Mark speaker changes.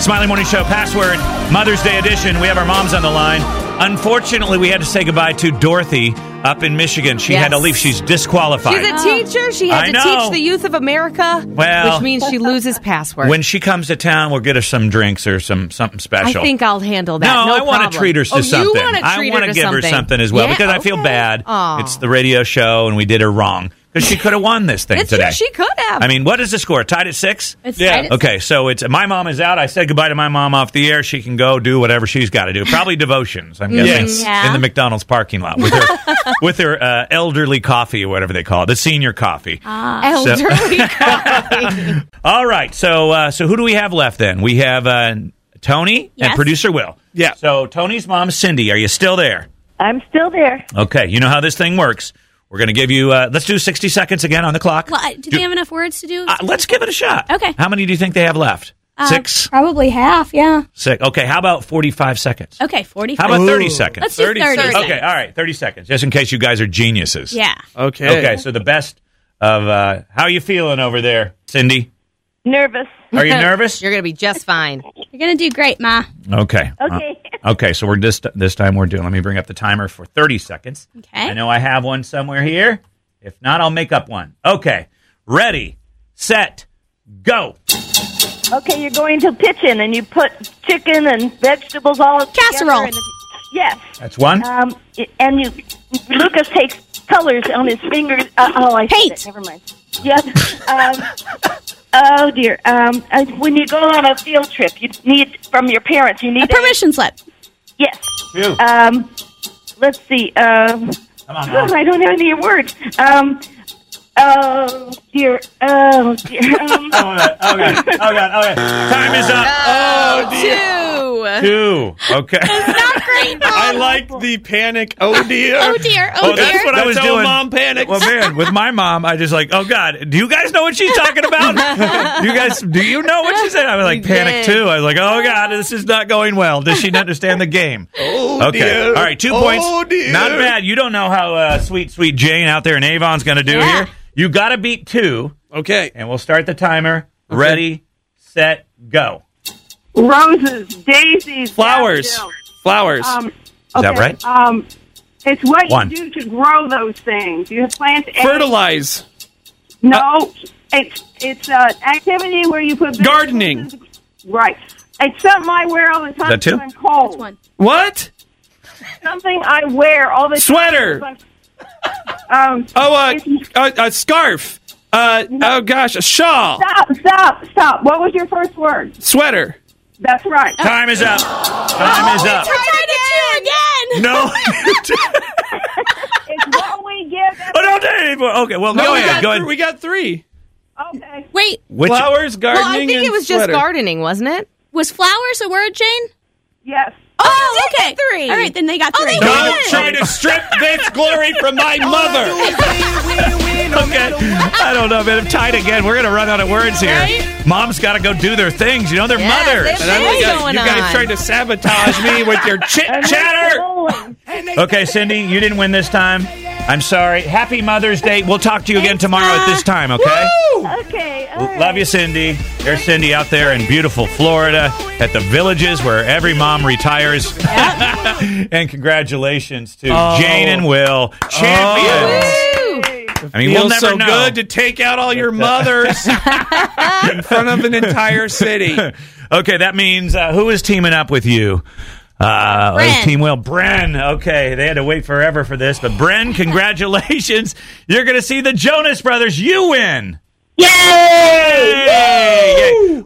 Speaker 1: Smiley Morning Show password Mother's Day edition. We have our moms on the line. Unfortunately, we had to say goodbye to Dorothy up in Michigan. She had to
Speaker 2: Yes.
Speaker 1: leave. She's disqualified.
Speaker 2: She's a teacher. She
Speaker 1: I
Speaker 2: had to
Speaker 1: know.
Speaker 2: teach the youth of America,
Speaker 1: Well-
Speaker 2: which means she loses password.
Speaker 1: when she comes to town, we'll get her some drinks or some something
Speaker 2: I
Speaker 1: special.
Speaker 2: think I'll handle that.
Speaker 1: no,
Speaker 2: No,
Speaker 1: I want to
Speaker 2: problem.
Speaker 1: treat her to
Speaker 2: oh,
Speaker 1: something.
Speaker 2: You want to
Speaker 1: I
Speaker 2: treat
Speaker 1: want
Speaker 2: her
Speaker 1: to
Speaker 2: to
Speaker 1: give her
Speaker 2: something.
Speaker 1: something as well
Speaker 2: Yeah,
Speaker 1: because I feel
Speaker 2: okay.
Speaker 1: bad.
Speaker 2: Aw.
Speaker 1: It's the radio show, and we did her wrong because she could have won this thing
Speaker 2: It's-
Speaker 1: today.
Speaker 2: She could have.
Speaker 1: I mean, what is the score? Tied at six?
Speaker 3: It's Yeah. tied at
Speaker 1: Okay, so it's my mom is out. I said goodbye to my mom off the air. She can go do whatever she's got to do. Probably devotions, I'm guessing,
Speaker 3: Yes. Mm. Yeah.
Speaker 1: in the McDonald's parking lot with her, with her uh, elderly coffee or whatever they call it, the senior coffee.
Speaker 3: Ah.
Speaker 2: elderly. coffee.
Speaker 1: All right, so uh, so who do we have left then? We have uh, Tony and
Speaker 3: Yes.
Speaker 1: producer Will.
Speaker 4: Yeah.
Speaker 1: So Tony's mom, Cindy, are you still there?
Speaker 5: I'm still there.
Speaker 1: Okay, you know how this thing works. We're going to give you. Uh, let's do 60 seconds again on the clock.
Speaker 3: Well, I- do they have enough words to do?
Speaker 1: Uh, let's give it a shot.
Speaker 3: Okay. Uh,
Speaker 1: How many do you think they have left? Six.
Speaker 3: Probably half, yeah.
Speaker 1: Six. Okay. How about 45 seconds?
Speaker 3: Okay, 45.
Speaker 1: How about 30
Speaker 4: Ooh.
Speaker 1: seconds?
Speaker 3: Let's do 30 seconds.
Speaker 1: Okay. All right. 30 seconds. Just in case you guys are geniuses.
Speaker 3: Yeah.
Speaker 4: Okay.
Speaker 1: Okay. So the best of uh, how you feeling over there, Cindy?
Speaker 5: Nervous.
Speaker 1: Are you nervous?
Speaker 2: You're going to be just fine.
Speaker 3: You're going to do great, Ma.
Speaker 1: okay.
Speaker 5: Okay.
Speaker 1: Uh, okay. So we're just this time we're doing. Let me bring up the timer for 30 seconds.
Speaker 3: Okay.
Speaker 1: I know I have one somewhere here. If not, I'll make up one. Okay. Ready, set, go.
Speaker 5: Okay, you're going to kitchen and you put chicken and vegetables all together
Speaker 3: Casserole.
Speaker 5: and- yes.
Speaker 1: That's one.
Speaker 5: Um, and you, Lucas takes colors on his fingers. Uh, oh, I said
Speaker 3: Paint.
Speaker 5: it. Never mind. Yep. um, oh dear. Um, uh, when you go on a field trip, you need from your parents. You need
Speaker 3: A permission slip.
Speaker 5: Yes.
Speaker 1: Two.
Speaker 5: Um, let's see. Um,
Speaker 1: Come on,
Speaker 5: Oh,
Speaker 1: Mom.
Speaker 5: I don't have any words. Um, oh dear. Oh dear. Um,
Speaker 1: Oh god, oh god, oh god, oh god. Time is up. Oh,
Speaker 2: Two.
Speaker 1: Two. Okay.
Speaker 3: Not great,
Speaker 4: I
Speaker 3: Mom.
Speaker 4: like the panic. Oh dear.
Speaker 3: Oh, dear. Oh,
Speaker 1: Oh,
Speaker 3: dear.
Speaker 4: That's what
Speaker 1: That
Speaker 4: I
Speaker 1: was
Speaker 4: was tell
Speaker 1: doing-
Speaker 4: Mom panics.
Speaker 1: Well, man, with my mom, I just like, oh god, do you guys know what she's talking about? you guys, do you know what she said? I was like,
Speaker 2: We
Speaker 1: panic
Speaker 2: did.
Speaker 1: too. I was like, oh god, this is not going well. Does she not understand the game?
Speaker 4: oh
Speaker 1: Okay. All right, two
Speaker 4: oh,
Speaker 1: points.
Speaker 4: Dear.
Speaker 1: Not bad. You don't know how uh, sweet, sweet Jane out there in Avon's going to do
Speaker 3: Yeah.
Speaker 1: here. You got to beat two,
Speaker 4: Okay.
Speaker 1: and we'll start the timer. Ready, set, go.
Speaker 5: roses, daisies,
Speaker 4: Flowers.
Speaker 5: daffodils.
Speaker 4: Flowers.
Speaker 5: Um, is
Speaker 1: that right?
Speaker 5: Um, it's what
Speaker 1: One.
Speaker 5: you do to grow those things. You plant eggs.
Speaker 4: Fertilize.
Speaker 5: No,
Speaker 1: uh,
Speaker 5: it's it's an activity where you put
Speaker 4: Gardening.
Speaker 5: vegetables in- Right. It's something I wear all the time.
Speaker 1: that two?
Speaker 5: when I'm cold.
Speaker 3: That's one.
Speaker 4: What?
Speaker 5: Something I wear all the
Speaker 4: Sweater.
Speaker 5: time. Um,
Speaker 4: Oh, uh, a, a scarf. Uh, oh gosh, a shawl.
Speaker 5: stop, stop, stop. What was your first word?
Speaker 4: Sweater.
Speaker 5: That's right.
Speaker 1: Time is up.
Speaker 3: Oh,
Speaker 1: Time is up.
Speaker 3: Try to do again.
Speaker 1: No.
Speaker 5: It's what we give.
Speaker 1: I don't do it anymore. Okay, well,
Speaker 4: No,
Speaker 1: go
Speaker 4: we,
Speaker 1: ahead.
Speaker 4: got
Speaker 1: Go
Speaker 4: three,
Speaker 1: ahead.
Speaker 4: we got three.
Speaker 5: Okay.
Speaker 3: Wait,
Speaker 1: Which,
Speaker 4: Flowers, gardening,
Speaker 2: Well, I think
Speaker 4: and
Speaker 2: it was just
Speaker 4: sweater.
Speaker 2: gardening, wasn't it?
Speaker 3: was flowers a word, Jane?
Speaker 5: Yes.
Speaker 3: Oh,
Speaker 2: they
Speaker 3: okay.
Speaker 2: did three.
Speaker 3: All right, then they got three.
Speaker 2: they did.
Speaker 4: Don't try to strip this glory from my mother.
Speaker 1: Okay. I don't know, man. I'm tied again. We're going to run out of words here. Mom's got to go do their things. You know, they're
Speaker 2: Yes, they
Speaker 1: mothers.
Speaker 2: have
Speaker 4: I
Speaker 2: What's
Speaker 4: think I-
Speaker 2: going
Speaker 4: you guys
Speaker 2: on?
Speaker 4: tried to sabotage me with your chit chatter.
Speaker 1: Okay, Cindy, you didn't win this time. I'm sorry. Happy Mother's Day. We'll talk to you again tomorrow at this time, okay?
Speaker 5: Okay. all right.
Speaker 1: Love you, Cindy. There's Cindy out there in beautiful Florida at the villages where every mom retires. and congratulations to
Speaker 4: Oh.
Speaker 1: Jane and Will, champions. I mean, we'll
Speaker 4: Feels
Speaker 1: never
Speaker 4: so
Speaker 1: know.
Speaker 4: good to take out all your mothers in front of an entire city.
Speaker 1: Okay, that means uh, who is teaming up with you? Uh,
Speaker 3: Bren.
Speaker 1: Team Will. Bren. Okay, they had to wait forever for this, but Bren, congratulations. You're going to see the Jonas Brothers. You win. Yay! Yay!